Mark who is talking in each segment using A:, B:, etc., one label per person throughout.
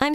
A: I'm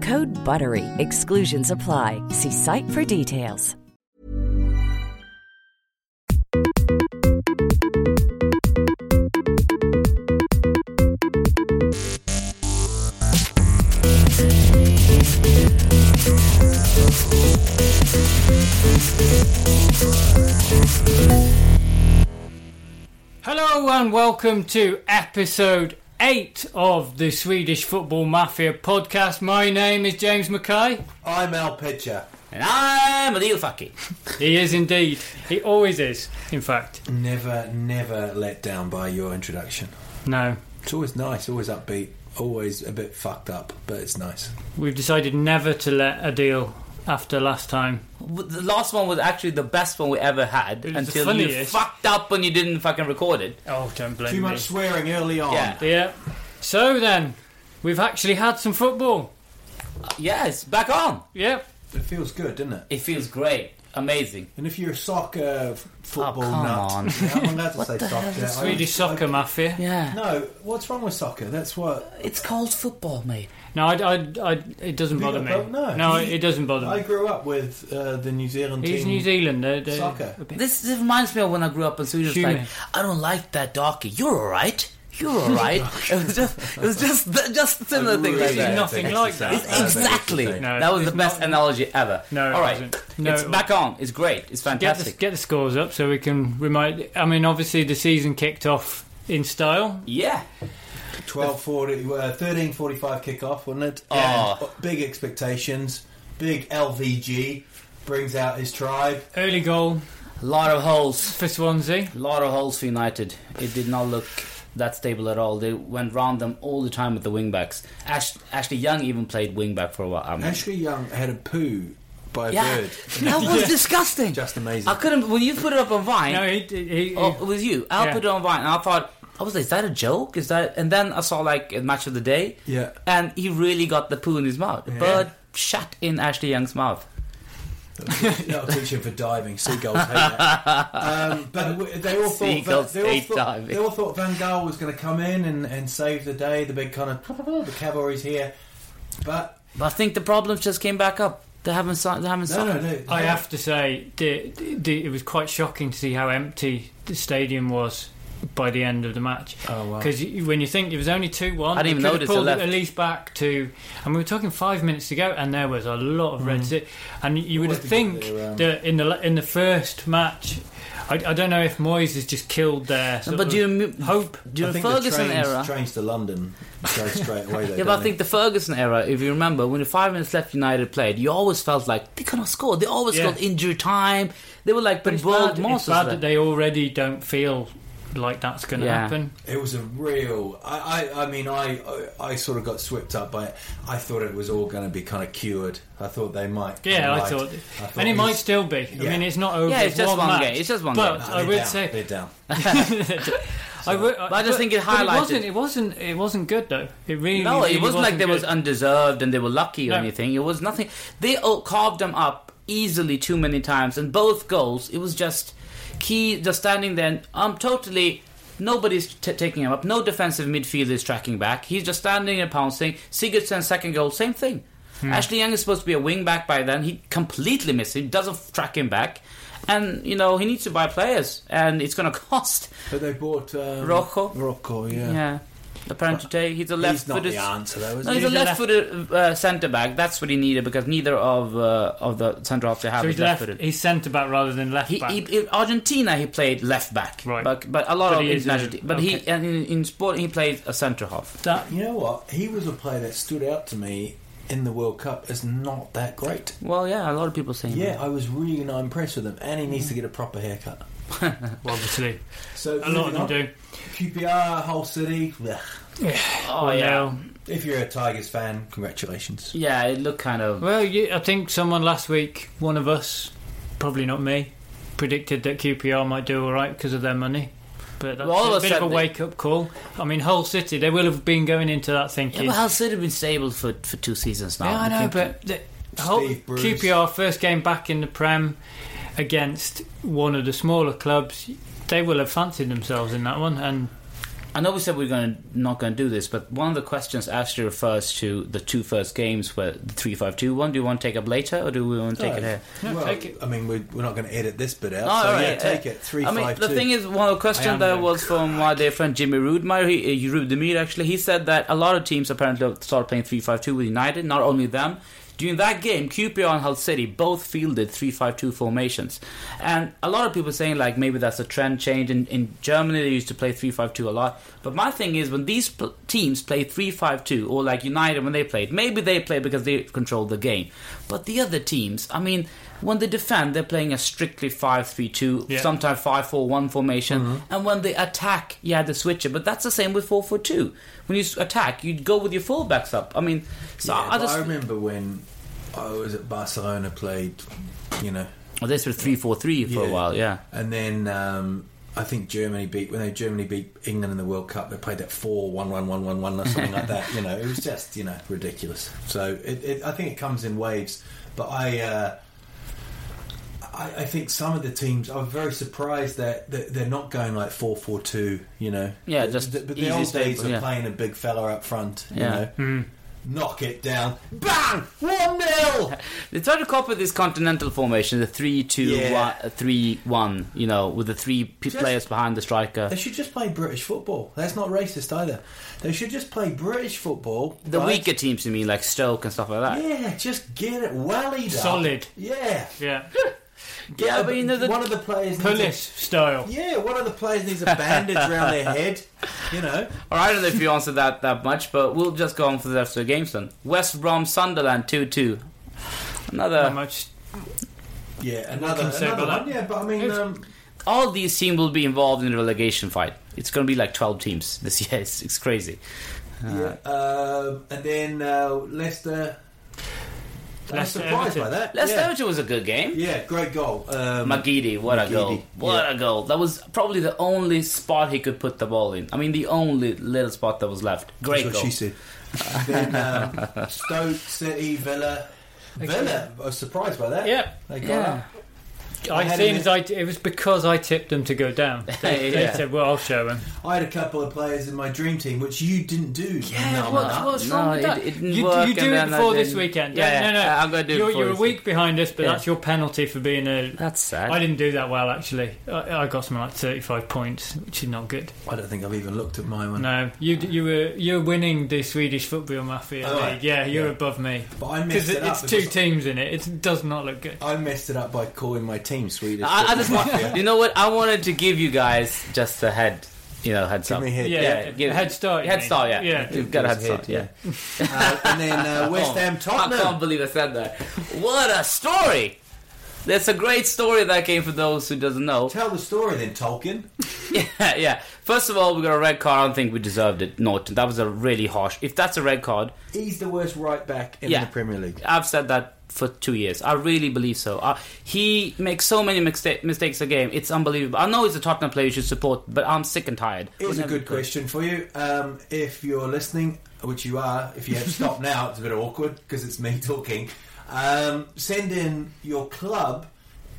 B: Code BUTTERY. Exclusions apply. See site for details.
C: Hello and welcome to episode 8 of the Swedish Football Mafia podcast. My name is James Mackay.
D: I'm Al Pitcher.
E: And I'm a little fucky.
C: He is indeed. He always is, in fact.
D: Never, never let down by your introduction.
C: No.
D: It's always nice, always upbeat, always a bit fucked up, but it's nice.
C: We've decided never to let a deal after last time.
E: But The last one was actually the best one we ever had
C: It was the
E: until you
C: funniest.
E: fucked up when you didn't fucking record it.
C: Oh, don't blame
D: Too
C: me.
D: much swearing early
C: Oh,
D: on.
E: Yeah.
C: Yeah. So then, we've actually had some football.
E: Yes, back on.
C: Yeah.
D: It feels good, doesn't it?
E: It feels great. Amazing.
D: And if you're a soccer f- football
C: Oh,
E: come
D: nut,
E: on.
D: Yeah, I'm allowed to say soccer. I-
C: Swedish soccer mafia.
E: Yeah.
D: No, what's wrong with soccer? That's what
E: It's called football, mate.
C: No, I, I, I, it doesn't bother me.
D: No,
C: it it doesn't bother
D: I
C: me.
D: grew up with uh, the New Zealand
C: He's
D: team.
C: New Zealand. They're, they're
D: Soccer.
C: a bit-
E: This, this reminds me of when I grew up in Sweden. It's
C: Human.
E: like, I don't like that donkey. You're alright. You're alright. it was just, it was just, just similar thing like
D: Really
E: that.
C: nothing
D: big
C: like
D: exercise.
C: that.
D: I don't think it's the
E: Exactly.
D: same.
C: No,
E: that was
C: it's
E: the best analogy ever.
C: No, it
E: All right.
C: wasn't. No,
E: it's
C: it
E: back on. It's great. It's
C: Get the,
E: fantastic.
C: get the scores up so we can remind. I mean, obviously the season kicked off in style.
E: yeah.
D: 1240, uh, 1345 kickoff, wasn't it?
C: Oh.
E: Yeah.
D: And Big expectations. Big LVG brings out his tribe.
C: Early goal
E: A lot of holes.
C: for Swansea.
E: lot of holes for United. It did not look that stable at all. They went round them all the time with the wingbacks. Ash- Ashley Young even played wingback for a while. I mean,
D: Ashley Young had a poo by a
E: yeah,
D: bird.
E: that was disgusting.
D: Just amazing.
E: I couldn't. When you put it up on Vine,
C: No, he, he, he-
E: oh, it was you. I
C: Yeah.
E: put it on Vine, and I thought. I was like, is that a joke? Is that? And then I saw like a match of the day.
D: Yeah.
E: And he really got the poo in his mouth, but shut in Ashley Young's mouth.
D: That'll teach him for diving. Seagulls hate that. Um, but w- they all thought
E: Seagulls
D: they, all
E: hate
D: thought
E: diving.
D: they all thought Van Gaal was going to come in and, and save the day. The big kind of the cavalry's here, but
E: But I think the problems just came back up. They haven't. si- They haven't.
D: no,
E: si-
D: no, they,
C: I have to say, the, the, it was quite shocking to see how empty the stadium was by the end of the match.
D: Oh, wow.
C: Because when you think it was only two one,
E: I didn't even notice they
C: pulled
E: left.
C: at least back to, and we were talking five minutes ago, and there was a lot of
E: Mm.
C: red. si- And you would
D: Always the
C: think
D: other way around.
C: that in the in the first match, I, I don't know if Moyes has just killed their sort
E: But
C: of
E: do you m-
C: hope.
D: I
E: During
D: think
E: Ferguson
D: the trains,
E: era,
D: trains to London go straight away. Though,
E: Yeah, but I think the Ferguson era, if you remember, when the five minutes left United played, you always felt like they couldn't score. They always
C: Yeah.
E: got injury time. They were like the
C: But it's
E: world
C: bad, it's
E: monsters.
C: bad
E: then.
C: that they already don't feel like that's going to
E: Yeah.
C: happen.
D: It was a real. I, I, I mean, I, I, I sort of got swept up by it. I thought it was all going to be kind of cured. I thought they might.
C: Yeah, I
D: might.
C: thought,
D: I thought
C: and it
D: was-
C: might still be. I
D: Yeah.
C: mean, it's not over.
E: Yeah, it's just one
C: match.
E: game. It's just one
C: but
E: game.
D: Nah,
C: I
D: Ah, they're
C: would
D: down.
C: say,
D: they're down.
C: I would,
E: I just think it
C: It
E: highlighted-
C: wasn't. It wasn't. It wasn't good though. It really.
E: no,
C: really
E: it wasn't like they
C: good.
E: was undeserved and they were lucky or
C: No.
E: anything. It was nothing. They all carved them up easily too many times, and both goals. It was just key just standing there. And, um, totally. Nobody's t- taking him up. No defensive midfielder is tracking back. He's just standing and pouncing. Sigurdsson's second goal, same thing. Ashley Young is supposed to be a wing back by then. He completely missed. He doesn't track him back, and you know he needs to buy players, and it's going to cost.
D: But they bought um,
E: Rocco.
D: Rocco, yeah.
E: Yeah. apparently today. He's a left
D: He's not
E: footed.
D: the answer, though, is
E: No,
D: he?
E: he's a left footed uh, centre back. That's what he needed because neither of uh, of the centre half they have
C: So
E: is
C: he's
E: left
C: left.
E: footed.
C: He's centre back rather than left
E: He,
C: back.
E: he, in Argentina, he played left back,
C: Right.
E: But, but a lot
C: But
E: of
C: he is a-
E: international. te- but he
C: okay.
E: and in, in sport he played a centre half.
C: that,
D: You know what? He was a player that stood out to me in the World Cup as not that great.
E: Well, yeah, a lot of people saying
D: Yeah, I was really not impressed with him, and he needs to get a proper haircut.
C: obviously,
D: So
C: a lot of
D: moving
C: them
D: on.
C: do.
D: QPR, Hull City. blech.
E: Oh
C: Well,
E: yeah,
D: If you're a Tigers fan, congratulations.
E: yeah. It looked kind of
C: Well, you, I think someone last week, one of us, probably not me, predicted that QPR might do all right because of their money. But that's
E: Well, all
C: a
E: of a
C: bit of a
E: sudden-
C: wake up call. I mean, Hull City, they will have been going into that
E: Yeah,
C: thinking.
E: but Hull City have been stable for, for two seasons now.
C: Yeah, I know, but the whole
D: Steve Bruce.
C: QPR first game back in the Prem against one of the smaller clubs, they will have fancied themselves in that one. And
E: I know we said we are going to not going to do this, but one of the questions actually refers to the two first games where the three five two one. Do you want to take up later, or do we want to take it here?
D: well,
C: take it.
D: I mean, we're, we're not going to edit this bit out.
E: Oh,
D: Oh. so
E: all
D: yeah,
E: right,
D: take
E: uh,
D: it. Three,
E: I mean,
D: five,
E: the
D: two.
E: thing is, one of the
C: I
E: question
C: am
E: that
C: the
E: was from my dear friend Jimmy Rudmeyer, he, uh, Rudemir actually, he said that a lot of teams apparently started playing three five two with United, not only them. During that game, QPR and Hull City both fielded three five two formations. And a lot of people saying, like, maybe that's a trend change. In, in Germany, they used to play three five two a lot. But my thing is, when these pl- teams play three five two, or like United when they played, maybe they play because they control the game. But the other teams, I mean, when they defend, they're playing a strictly five three two,
C: Yeah.
E: sometimes five four one formation.
D: Mm-hmm.
E: And when they attack, you had the switcher. But that's the same with four four two. When you s- attack, you go with your fullbacks up. I mean, so
D: Yeah,
E: I
D: but
E: just
D: I remember when I was at Barcelona, played, you know,
E: oh, this was three four three for a
D: Yeah.
E: while. Yeah,
D: and then um, I think Germany beat when they Germany beat England in the World Cup. They played that four one one one one one or something like that. You know, it was just you know ridiculous. So it, it, I think it comes in waves. But I, uh, I, I think some of the teams I'm very surprised that, that they're not going like four four two. You know,
E: Yeah,
D: The-
E: just
D: the, but
E: easy
D: the old days
E: staple,
D: of
E: yeah.
D: playing a big fella up front. You
E: Yeah.
D: know. Knock it down. Bang! 1 0!
E: they try to copy this continental formation, the three two one three one.
D: Yeah.
E: You know, with the three p-
D: Just-
E: players behind the striker.
D: They should just play British football. That's not racist either. They should just play British football.
E: The
D: right?
E: weaker teams, you mean, like Stoke and stuff like that.
D: Yeah, just get it wellied up.
C: Solid.
D: Yeah.
C: yeah,
D: Get
E: Yeah,
D: a-
E: but you know the-
D: one of the players
C: police
D: needs
C: style.
D: a, Yeah, one of the players needs a bandage around their head. You know.
E: All right, I don't know if you answered that that much, but we'll just go on for the rest of the games then. West Brom Sunderland 2 2.
C: Not
E: Another.
C: much.
D: Yeah, another,
C: can say
D: another
C: about
D: one.
C: that?
D: Yeah, but I mean,
C: It's-
D: um,
E: All these teams will be involved in a relegation fight. It's going to be like 12 teams this year. It's, it's crazy.
D: yeah, um, and then uh, Leicester. I'm
C: Leicester
D: surprised
C: Everton.
D: by that.
E: Leicester
D: yeah.
E: Everton was a good game.
D: yeah, great goal. Um,
E: Magidi, what a
D: Maguidi,
E: goal. What a goal. That was probably the only spot he could put the ball in. I mean, the only little spot that was left. Great
D: That's
E: goal.
D: what she said. then um, Stoke City Villa. Villa, I was surprised by that.
C: Yeah.
D: they got
E: Yeah.
D: up. I
C: I
D: had
C: seems
D: him
C: I, it was because I tipped them to go down. They, they
E: Yeah.
C: said, "Well, I'll show them."
D: I had a couple of players in my dream team, which you didn't do. No,
C: What-
D: no.
C: what's
E: no,
C: wrong with
E: it-
C: that?
E: it didn't
C: you,
E: work
C: you do
E: and
C: it
E: then I
C: before this
E: didn't-
C: weekend.
E: Yeah,
C: Yeah, no, no.
E: yeah, I'm gonna do it
C: you're,
E: before
C: you're a
E: this
C: week behind us, but
E: Yeah.
C: that's your penalty for being a.
E: That's sad.
C: I didn't do that well actually. I, I got something like thirty-five points, which is not good.
D: I don't think I've even looked at my one.
C: No, you you were you're winning the Swedish football mafia
D: Oh,
C: league.
D: right.
C: Yeah, you're
D: Yeah.
C: above me
D: But I
C: because
D: messed it
C: it's
D: up.
C: two
D: because
C: teams in it. It does not look good.
E: Oh,
D: I messed it up by calling my team Swedish.
E: I, I just want, you know what? I wanted to give you guys just a head, you know, heads
D: Give
E: up.
D: me a head.
C: Yeah,
E: yeah, give-
C: head start. you
E: Head
C: mean.
E: start, yeah.
C: yeah.
E: You've got a head start, yeah.
D: uh, and then uh, West Ham
E: I can't
D: Tottenham.
E: believe I said that. What a story! That's a great story that came for those who doesn't know.
D: Tell the story then, Tolkien.
E: yeah, yeah. First of all, we got a red card. I don't think we deserved it. Norton. That was a really harsh. If that's a red card,
D: He's the worst right back in
E: Yeah.
D: the Premier League.
E: I've said that for two years. I really believe so. Uh, he makes so many mista- mistakes a game. It's unbelievable. I know he's a Tottenham player you should support, but I'm sick and tired.
D: Here's a
E: Whenever-
D: good question for you. Um, if you're listening, which you are, if you have stopped now, it's a bit awkward because it's me talking. Um, send in your club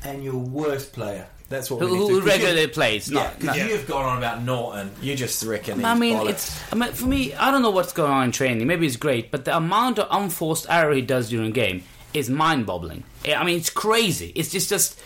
D: and your worst player. That's what
E: Who,
D: we need
E: who,
D: to
E: who
D: 'cause you-
E: regularly plays?
D: Yeah,
E: Not,
D: because you've gone on about Norton. You just reckon.
E: I
D: he's
E: mean,
D: bollocks.
E: it's I mean, for me. I don't know what's going on in training. Maybe it's great, but the amount of unforced error he does during a game is mind-boggling. I mean, it's crazy. It's just, just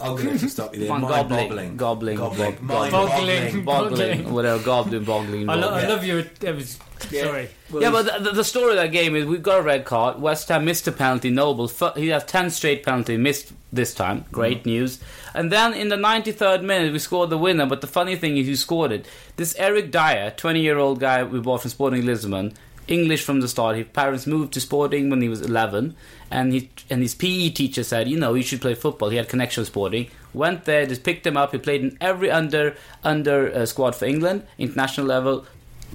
D: I'm going to have to stop you there.
E: Fun,
D: Mind
E: gobbling,
D: boggling.
E: gobbling,
D: Gobbling.
E: gob-
D: Mind
C: gobbling.
D: boggling.
E: boggling, whatever, goblin, boggling.
C: I, lo- I
D: Yeah.
C: love you. It was sorry.
E: yeah, but the- the, the story of that game is we've got a red card. West Ham missed a penalty. Noble, f- he has 10 straight penalty, missed this time. Great news. And then in the 93rd minute, we scored the winner. But the funny thing is, who scored it? This Eric Dyer, 20 year old guy we bought from Sporting Lisbon, English from the start. His parents moved to Sporting when he was 11. And, he, and his PE teacher said, you know, you should play football. He had connection with Sporting. Went there, just picked him up. He played in every under under uh, squad for England, international level.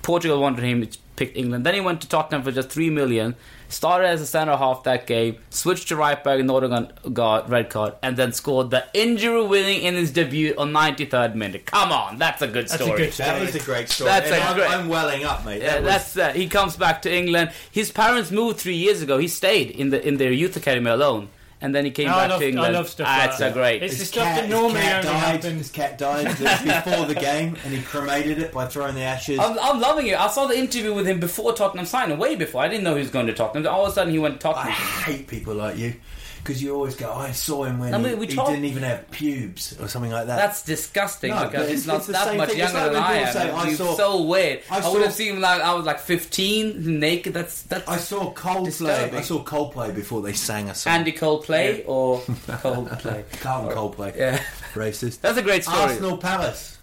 E: Portugal wanted him, it picked England. Then he went to Tottenham for just three million. Started as a centre half that game, switched to right back, Nordogan got red card, and then scored the injury winning in his debut on 93rd minute. Come on, that's a good
C: That's a
E: story.
C: good
D: That is a great story.
E: That's
D: And
E: a
D: I'm,
E: great-
D: I'm welling up, mate.
E: Yeah,
D: That was-
E: that's uh, he comes back to England. His parents moved three years ago. He stayed in the in their youth academy alone, and then he came
C: No, I
E: back
C: love-
E: to
C: I
E: England.
C: love stuff like
E: That's
C: that.
E: a great.
C: It's-
D: His
C: stuff
D: cat-
C: that normally
D: his cat
C: only
D: died,
C: happens-
D: His cat died just before the game, and he cremated it by throwing the ashes.
E: I'm, I'm loving it. I saw the interview with him before Tottenham signed, way before. I didn't know he was going to Tottenham. All of a sudden, he went to
D: I
E: Tottenham.
D: hate people like you because you always go, "I saw him when
E: I mean,
D: he,
E: we
D: he
E: talk-
D: didn't even have pubes or something like that."
E: That's disgusting
D: No, but
E: because
D: it's-
E: it's, not
D: it's the
E: that
D: same
E: much
D: thing. It's
E: younger
D: like when
E: than I
D: people
E: am.
D: say, "I
E: It's
D: saw-
E: so weird.
D: I
E: I, would
D: saw-
E: have seen like I was like 15, naked. That's that's
D: I saw Coldplay.
E: Disturbing.
D: I saw Coldplay before they sang a song.
E: Andy Coldplay or Coldplay.
D: Carlton Coldplay.
E: yeah.
D: Racist.
E: That's a great story.
D: Arsenal Palace.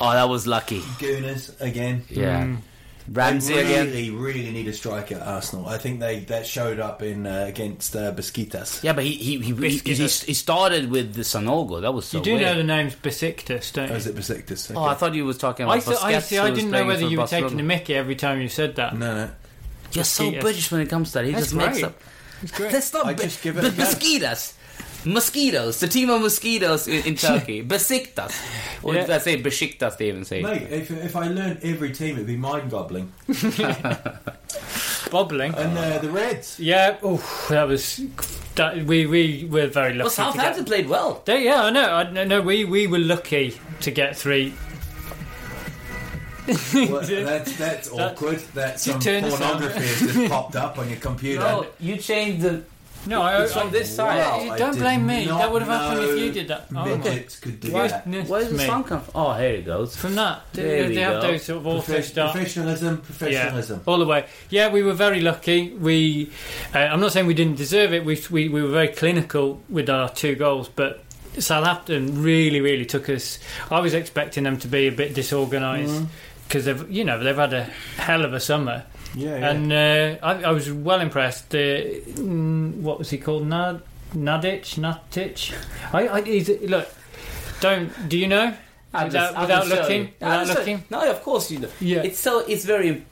E: Oh, that was lucky.
D: Gooners again.
E: Yeah, Ramsey
D: Mm. they
E: again.
D: really, really need a striker. Arsenal. I think they that showed up in uh, against uh, Besiktas.
E: Yeah, but he he he, he, he,
C: Biscuit.
E: he started with the Sanogo. That was so
C: You do
E: weird.
C: know the name's Besiktas, don't
D: Or
C: you?
D: was it Besiktas?
E: Oh, I thought you was talking about.
C: I, thought, I,
E: Busquets,
C: see,
E: who
C: I
E: was
C: didn't know
E: playing
C: whether
E: for
C: you were taking
E: Barcelona.
C: the mickey every time you said that.
D: no, no.
E: You're so
C: Mosquitoes.
E: British when it comes to that. He
C: That's
E: just makes
C: great.
E: up. That's not.
D: I
E: Bi-
D: just give it
E: but
D: a go.
E: mosquitoes. Mosquitoes. The team of mosquitoes in, in Turkey. Besiktas. Or
C: Yeah.
E: did I say Besiktas? They even say. it.
D: Mate, if, if I learned every team, it'd be mind gobbling.
C: Bobbling.
D: And uh, the Reds.
C: Yeah, oh, that was. That, we, we were very lucky.
E: Well,
C: to get-
E: Southampton played well.
C: They- yeah, I know. I, no, no, we, we were lucky to get three.
D: Well, that's that's awkward. That's some
C: turn us
D: pornography has just popped up on your computer.
E: No, you changed the.
C: No, I,
E: It's
C: I,
E: on this side.
D: Wow,
C: You
D: I
C: don't
D: did
C: blame me.
D: not
C: That would have happened if
D: know
C: you did that. Oh, my-
D: Midgets could do
C: Why-
D: that.
C: goodness
E: Where does the
C: me.
E: sound come from? Oh, here it goes.
C: From that, they,
E: There
C: they
E: we
C: have
E: go.
C: those sort of auto
D: Profe-
C: start.
D: professionalism,
C: Yeah,
D: professionalism.
C: all the way. Yeah, we were very lucky. We, uh, I'm not saying we didn't deserve it. We, we we were very clinical with our two goals, but Southampton really really took us. I was expecting them to be a bit disorganised because they've you know they've had a hell of a summer,
D: Mm-hmm. Yeah,
C: and uh, I, I was well impressed. Uh, mm, what was he called? Nad Nadic Natic. I, I he's, look. Don't do you know?
E: I'm
C: Without,
E: just- I'm
C: without
E: just showing
C: looking,
E: you. No, I'm
C: without
E: just
C: looking.
E: showing- No, of course you do.
C: Yeah.
E: It's so. It's very.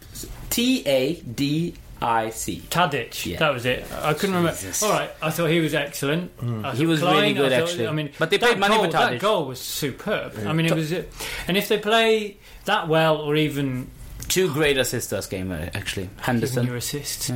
E: T A D I C.
C: Tadic,
E: Yeah.
C: that was it. I couldn't
E: Jesus.
C: remember.
E: Hmm.
C: All right, I thought he was excellent. I thought
E: He was
C: Klein,
E: really good,
C: I thought-
E: actually.
C: I mean,
E: But they
C: that
E: paid money
C: goal,
E: for
C: That
E: Tadic.
C: goal was superb. I mean, it was. And if they play that well, or even
E: Two great assists last game, uh, actually.
C: even your
E: Henderson.
C: assists,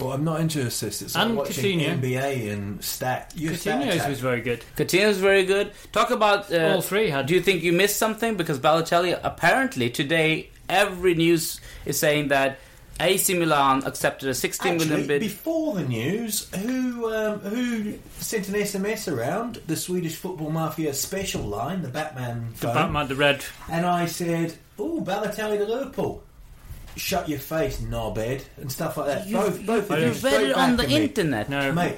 D: Well, I'm not into assists. It's
C: And
D: like watching
C: Coutinho.
D: NBA and stat. Your stat
C: Coutinho's
D: attack.
C: was very good.
E: Coutinho's very good. Talk about. Uh,
C: All three had-
E: Do you think you missed something? Because Balotelli, apparently, today, every news is saying that AC Milan accepted a 16 million
D: Actually,
E: bid.
D: before the news, who um, who sent an SMS around the Swedish football mafia special line, the Batman
C: The
D: phone,
C: Batman, the red.
D: and I said, "Oh, Balotelli to Liverpool." Shut your face, knobhead, and stuff like that. both, both of you
E: You've read
D: straight
E: it on
D: back
E: the
D: at me.
E: internet.
C: No,
D: mate.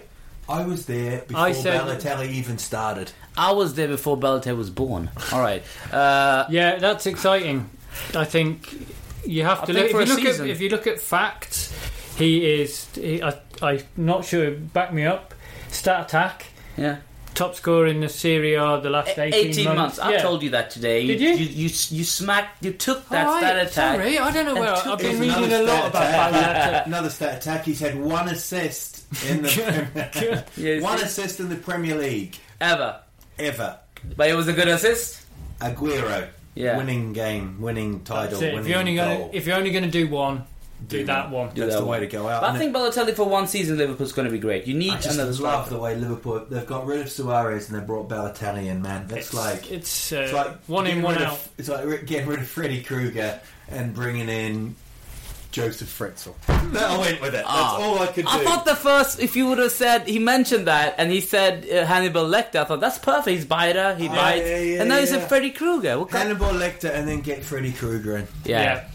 D: I was there before
C: I said-
D: Balotelli even started.
E: I was there before Balotelli was born. All right. Uh,
C: yeah, that's exciting. I think you have
E: I
C: to
E: think
C: look. If
E: for
C: you
E: a
C: look, at,
E: season-
C: if you look at facts, he is. He, I, I'm not sure. Back me up. Stat attack.
E: yeah.
C: Top scorer in the Serie A the last 18,
E: 18 E, months. I
C: Yeah.
E: told you that today.
C: Did you?
E: You, you, you smacked. You took that
C: All right,
E: stat attack.
C: Sorry, I don't know where I,
E: And
C: I've
E: took-
C: been
D: Here's
C: reading a
D: another
C: lot
D: stat
C: about
D: attack.
C: Balotelli.
D: Another stat attack. He's had one assist in the
E: Yes.
D: one assist in the Premier League
E: Ever.
D: ever.
E: But it was a good assist.
D: Aguero.
E: Yeah.
D: Winning game, winning title,
C: So if
D: winning
C: you're only
D: goal.
C: gonna if you're only gonna do one, do, that one.
D: That's
E: that
D: the way
E: one.
D: to go out.
E: But I
D: innit?
E: think Balotelli for one season Liverpool's going to be great. You need
D: I just
E: another
D: love
E: striker.
D: the way Liverpool they've got rid of Suarez and they brought Balotelli in. Man, that's
C: It's
D: like
C: it's, uh,
D: it's like
C: one in,
D: getting
C: one
D: rid
C: out.
D: Of, it's like re- getting rid of Freddy Krueger and bringing in
F: Joseph Fritzl.
D: I went with it. That's all Ah. I could do.
E: I thought the first, if you would have said, he mentioned that, and he said uh, Hannibal Lecter, I thought that's perfect. He's biter, he bites,
D: yeah, yeah,
E: and now he
D: yeah.
E: said Freddy Krueger. What kind-
D: Hannibal Lecter and then get Freddy Krueger in.
E: yeah.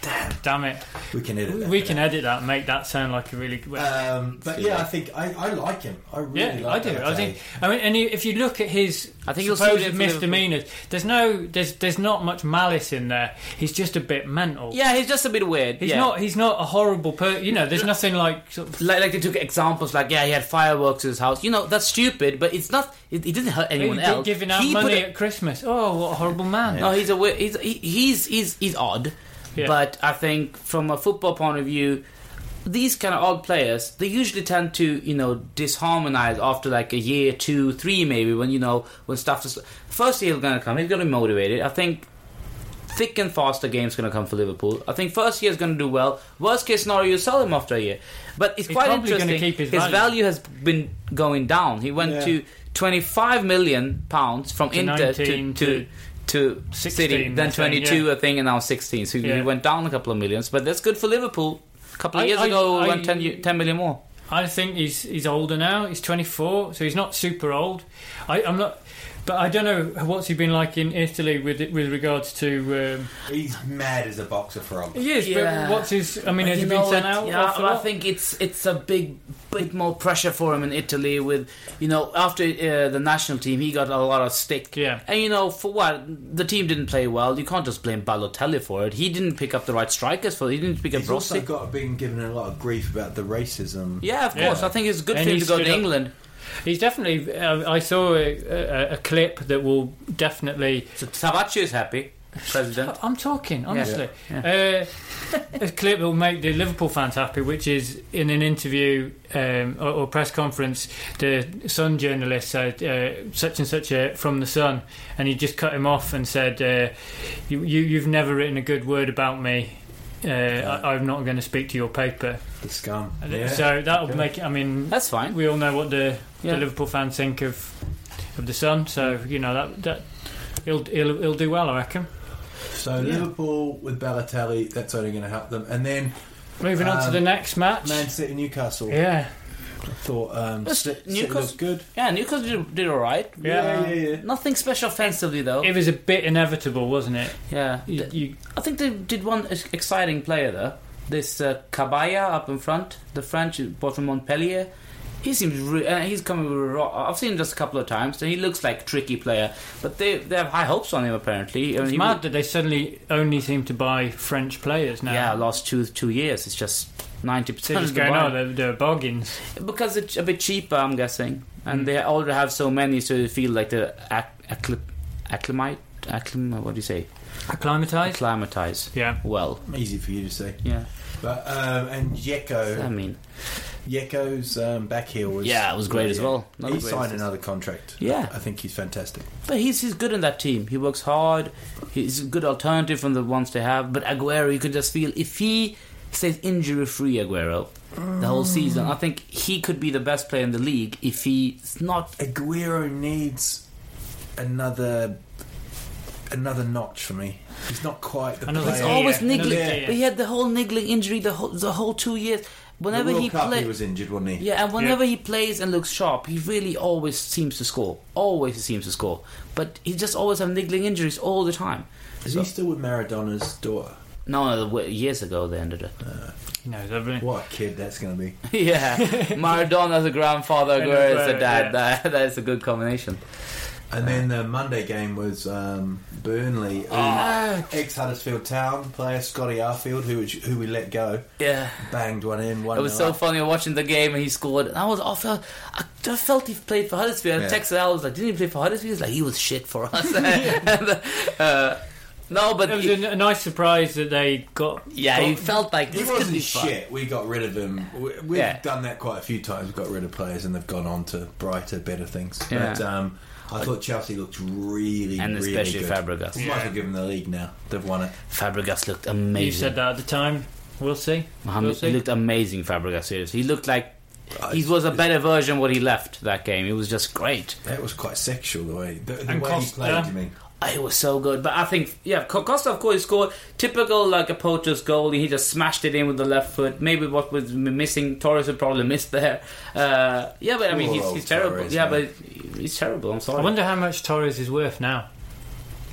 C: damn. Damn it.
D: We can edit that.
C: We can edit that and make that sound like a really good.
D: Um, but yeah, I think I, I like him. I
C: yeah, I
D: really like
C: do.
D: that
C: I
D: guy.
C: think. I mean, and you- if you look at his
E: I think he'll suit it
C: supposed
E: for
C: misdemeanors, there's no, there's, there's not much malice in there. He's just a bit mental.
E: Yeah, he's just a bit weird.
C: He's
E: yeah.
C: not. He's not a horrible person. You know, there's nothing like. Sort of,
E: Like, like they took examples like yeah he had fireworks in his house you know that's stupid but it's not it, it didn't hurt anyone
C: gi-
E: else
C: giving out
E: He put
C: money
E: a-
C: at Christmas. Oh, what a horrible man!
E: No, he's a wi- he's he- he's he's he's odd,
C: Yeah.
E: but I think from a football point of view, these kind of odd players they usually tend to you know disharmonize after like a year, two, three, maybe when you know when stuff is first year he's gonna come, he's gonna be motivated. I think thick and fast the game's gonna come for Liverpool. I think first year is gonna do well. Worst case scenario, you sell him after a year, but it's
C: He's
E: quite
C: probably gonna
E: interesting.
C: keep his value.
E: value has been going down. He went
D: Yeah.
E: to. 25 million pounds from
C: To
E: Inter
C: 19
E: to, to to
C: 16,
E: City,
C: I
E: then
C: think,
E: 22,
C: yeah.
E: I think, and now 16. So we
C: Yeah.
E: went down a couple of millions, but that's good for Liverpool. A couple of
C: I-
E: years
C: I-
E: ago, we
C: I-
E: went 10, ye- 10 million more.
C: I think he's he's older now. He's 24, so he's not super old. I, I'm not, but I don't know what's he been like in Italy with with regards to. Um,
D: he's mad as a boxer frog.
C: he is,
E: Yeah.
C: but what's his? I mean, has
E: You
C: he
E: know
C: been sent
E: what?
C: out?
E: Yeah,
C: awful
E: I
C: lot?
E: think it's it's a big bit more pressure for him in Italy. With you know, after uh, the national team, he got a lot of stick.
C: Yeah.
E: and you know, for what the team didn't play well, you can't just blame Balotelli for it. He didn't pick up the right strikers for. He didn't pick up
D: He's also
E: Rossi.
D: got been given a lot of grief about the racism.
E: yeah, of course.
C: Yeah.
E: I think it's good
C: And
E: for him
C: he
E: to go to
C: stood up-
E: England.
C: He's definitely. Uh, I saw a, a, a clip that will definitely.
E: So Savacci is happy, president.
C: I'm talking honestly.
E: Yeah.
C: Uh, a clip that will make the Liverpool fans happy, which is in an interview um, or, or press conference. The Sun journalist said uh, such and such a, from the Sun, and he just cut him off and said, uh, you, you, "You've never written a good word about me. Uh, I, I'm not going to speak to your paper."
D: The scum.
C: So that'll make. it I mean,
E: That's fine.
C: we all know what the,
E: Yeah.
C: the Liverpool fans think of of the Sun, so you know that that he'll he'll, he'll do well, I reckon.
D: So Liverpool with Balotelli, that's only going to help them. And then
C: Moving on to
D: Um,
C: the next match.
D: Man City, Newcastle.
C: Yeah,
D: I thought um,
E: That's-
D: City
E: Newcastle-
D: looked good.
E: Yeah, Newcastle did, did all right.
C: Yeah.
D: yeah, yeah.
E: Nothing special offensively though.
C: it was a bit inevitable, wasn't it?
E: yeah,
C: You,
E: Th-
C: you,
E: I think they did one ex- exciting player though. This uh, Kabaya up in front, the French bought from Montpellier. He seems re- uh, he's coming. with Raw. I've seen him just a couple of times, and he looks like a tricky player. But they they have high hopes on him apparently. I mean,
C: it's
E: he
C: mad that they suddenly only seem to buy French players now.
E: yeah, last two two years, it's just ninety
C: They're
E: percent.
C: just going, oh, they're, they're bargains.
E: Because it's a bit cheaper, I'm guessing, and they already have so many, so they feel like they're acc- acclim- acclimate, acclim- what do you say,
C: Acclimatised?
E: acclimatize.
C: Yeah.
E: Well,
D: Easy for you to say.
E: yeah.
D: But um, and Yeko,
E: I mean,
D: Yeko's um, back heel was
E: Yeah, it was great as well. Another
D: he
E: great
D: signed
E: assist.
D: another contract.
E: Yeah.
D: I think he's fantastic.
E: but he's he's good in that team. He works hard. He's a good alternative from the ones they have. But Aguero, you could just feel if he stays injury free, Aguero, the whole season. I think he could be the best player in the league if he's not.
D: Aguero needs another another notch for me. He's not quite the
C: Another
D: player.
E: It's
C: Yeah.
E: always
C: Yeah.
E: niggling.
D: Yeah.
E: But he had the whole niggling injury the whole the whole two years.
D: The
E: Whenever
D: World
E: he
D: Cup,
E: played,
D: he was injured, wasn't he?
E: Yeah, and whenever he plays and looks sharp, he really always seems to score. Always he seems to score. But he just always have niggling injuries all the time.
D: Is he still with Maradona's daughter?
E: No, no, the- years ago they ended it.
C: He knows everything.
D: What a kid that's going to be.
E: yeah, Maradona as a grandfather,
C: And
E: Aguero as a
C: Aguero,
E: dad.
C: yeah.
E: That, that is a good combination.
D: And then the Monday game was um, Burnley, who-
E: Ah.
D: ex Huddersfield Town player Scotty Arfield, who was- who we let go,
E: Yeah.
D: banged one in. One
E: It was so funny watching the game and he scored. And I was off. I, I felt he played for Huddersfield. I
D: Yeah.
E: texted Al, I was like, didn't he play for Huddersfield? He's like, he was shit for us. And, uh, no, but
C: It was
E: he-
C: a, a nice surprise that they got.
E: yeah,
C: got-
E: he felt like
D: He
E: this could be
D: wasn't
E: fun.
D: shit. We got rid of him. We, we've
E: Yeah.
D: done that quite a few times. We've got rid of players and they've gone on to brighter, better things.
E: Yeah.
D: But um, I thought Chelsea looked really,
E: And
D: really
E: especially
D: good.
E: Fabregas.
D: We might as well give them the league now. They've won it.
E: Fabregas looked
C: You
E: amazing.
C: said that at the time. We'll see.
E: Mohamed,
C: we'll see.
E: he looked amazing, Fabregas. Seriously, he looked like he was a better version what he left that game. It was just great.
D: That was quite sexual the way the, the
C: And
D: way
C: Costa.
D: he played. You mean?
E: It Ah, was so good, but I think yeah, Ko- Costa of course scored typical like a poacher's goal. He just smashed it in with the left foot. Maybe what was m- missing, Torres would probably miss there. Uh, yeah, but I mean
D: Poor
E: he's,
D: old
E: he's terrible.
D: Torres,
E: yeah,
D: man.
E: but he's terrible. I'm sorry.
C: I wonder how much Torres is worth now.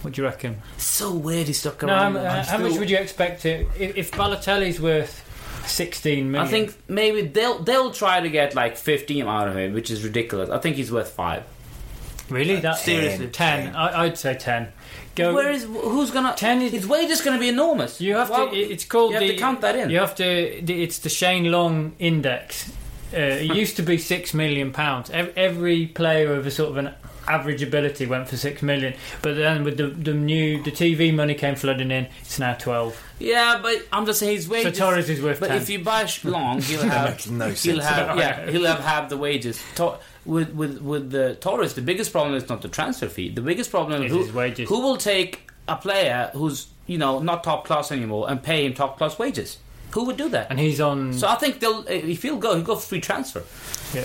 C: What do you reckon?
E: It's so weird he stuck
C: No,
E: around.
C: um, uh, how much would you expect it if, if Balotelli's worth sixteen million?
E: I think maybe they'll they'll try to get like 15 out of him, which is ridiculous. I think he's worth five.
C: really that
D: Seriously.
C: ten. I, I'd say ten. Go.
E: Where is who's gonna?
C: 10 is-
E: his wage is gonna be enormous.
C: You have
E: Why-
C: to. it- It's called.
E: You have
C: the,
E: to count that in.
C: You have to. the- It's the Shane Long index. Uh, it used to be six million pounds. Ev- Every player of a sort of an average ability went for six million. But then with the, the new the TV money came flooding in, it's now twelve.
E: Yeah, but I'm just saying his
C: So
E: wages.
C: Torres is worth
E: But
C: 10.
E: if you buy Sh- long, he'll have
D: makes no
E: he'll
D: sense
E: have
D: at
E: yeah he'll have half the wages. Tor- with with with the Torres, the biggest problem is not the transfer fee. The biggest problem
C: It
E: who,
C: is wages.
E: Who will take a player who's you know not top class anymore and pay him top class wages? Who would do that?
C: And he's on.
E: so I think they'll if he'll go, he'll go for free transfer.
C: yeah,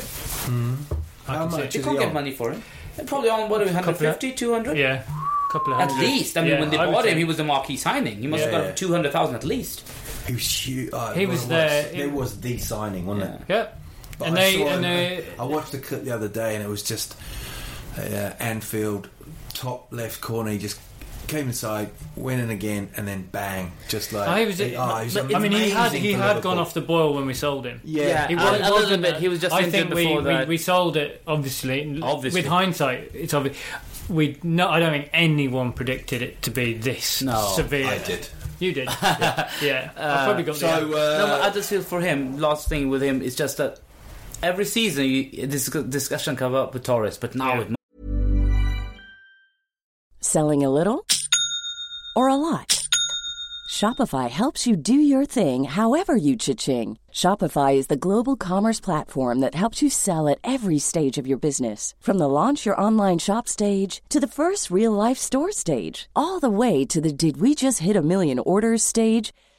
D: How
C: can see
D: much
E: They
D: is
E: can't
D: he
E: get
D: on?
E: money for him. They're probably on what 150, 200?
C: yeah, couple of
E: At
C: hundred.
E: least, I mean,
C: Yeah,
E: when they
C: I would
E: bought him,
C: say-
E: he was the marquee signing. He must
D: Yeah,
E: have got
D: yeah.
E: two hundred thousand at least.
D: He was huge. Oh,
C: He
D: it
C: was there.
D: It was the signing, wasn't it?
C: Yeah.
D: But
C: and
D: I
C: they
D: saw
C: and they,
D: him- I watched the clip the other day, and it was just uh, Anfield top left corner. He just came inside, went in again, and then bang, just like
C: I was.
D: oh, he was
C: I mean, he had
D: amazing
C: he
D: for
C: had
D: Liverpool.
C: gone off the boil when we sold him.
D: Yeah,
E: Yeah.
C: He
E: A-
C: was,
E: a little bit. He was just
C: I
E: injured
C: think we,
E: before
C: we,
E: that.
C: we sold it. Obviously,
E: Obviously.
C: with hindsight, it's obvious. We no, I don't think anyone predicted it to be this
E: No,
C: severe.
D: I did.
C: You did. yeah,
E: Uh,
C: I probably got
D: So
C: the.
E: no, but
D: uh,
E: I just feel for him. Last thing with him is just that every season you, this discussion comes up with Torres, but now
C: Yeah.
E: it
B: Selling a little or a lot? Shopify helps you do your thing however you cha-ching. Shopify is the global commerce platform that helps you sell at every stage of your business. From the launch your online shop stage to the first real life store stage, all the way to the did we just hit a million orders stage.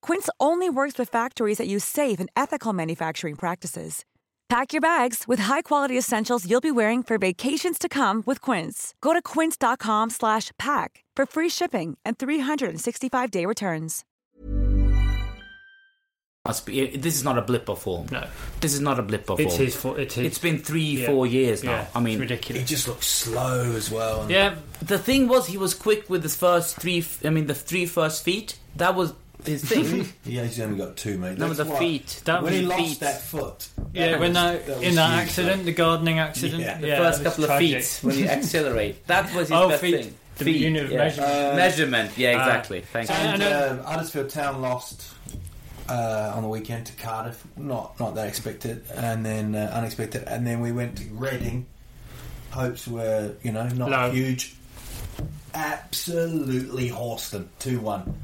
G: Quince only works with factories that use safe and ethical manufacturing practices. Pack your bags with high-quality essentials you'll be wearing for vacations to come with Quince. Go to quince.com slash pack for free shipping and 365-day returns.
E: must be. This is not a blip of form.
C: No.
E: This is not a blip of
C: It's
E: form.
C: his fault. It's his.
E: It's been three,
C: Yeah.
E: four years now.
C: Yeah,
E: I mean,
C: it's
D: He
C: ridiculous.
D: just looks slow as well. and-
C: Yeah,
E: the thing was he was quick with his first three. f- I mean, the three first feet. That was his thing.
D: Yeah, he's only got two, mate.
E: No,
D: That's
E: the
D: why-
E: feet.
C: That
D: when
C: was
D: he
C: the
D: lost
E: feet.
D: that foot.
C: yeah. when
D: was-
C: that,
D: was
C: in that
D: huge,
C: accident,
D: though.
C: the gardening accident,
D: Yeah.
E: the
C: yeah,
E: first
C: that was
E: couple
C: tragic.
E: of feet when you accelerate. That was his
C: Oh,
E: best
C: feet.
E: thing.
C: The unit of
E: yeah.
C: measurement. Ah.
D: Uh,
E: measurement. Yeah, exactly. Thank you.
D: And
C: I know-
D: um, Huddersfield Town lost uh, on the weekend to Cardiff. Not not that expected, and then uh, unexpected, and then we went to Reading. Hopes were you know not
C: Low.
D: huge. Absolutely horsed them two one.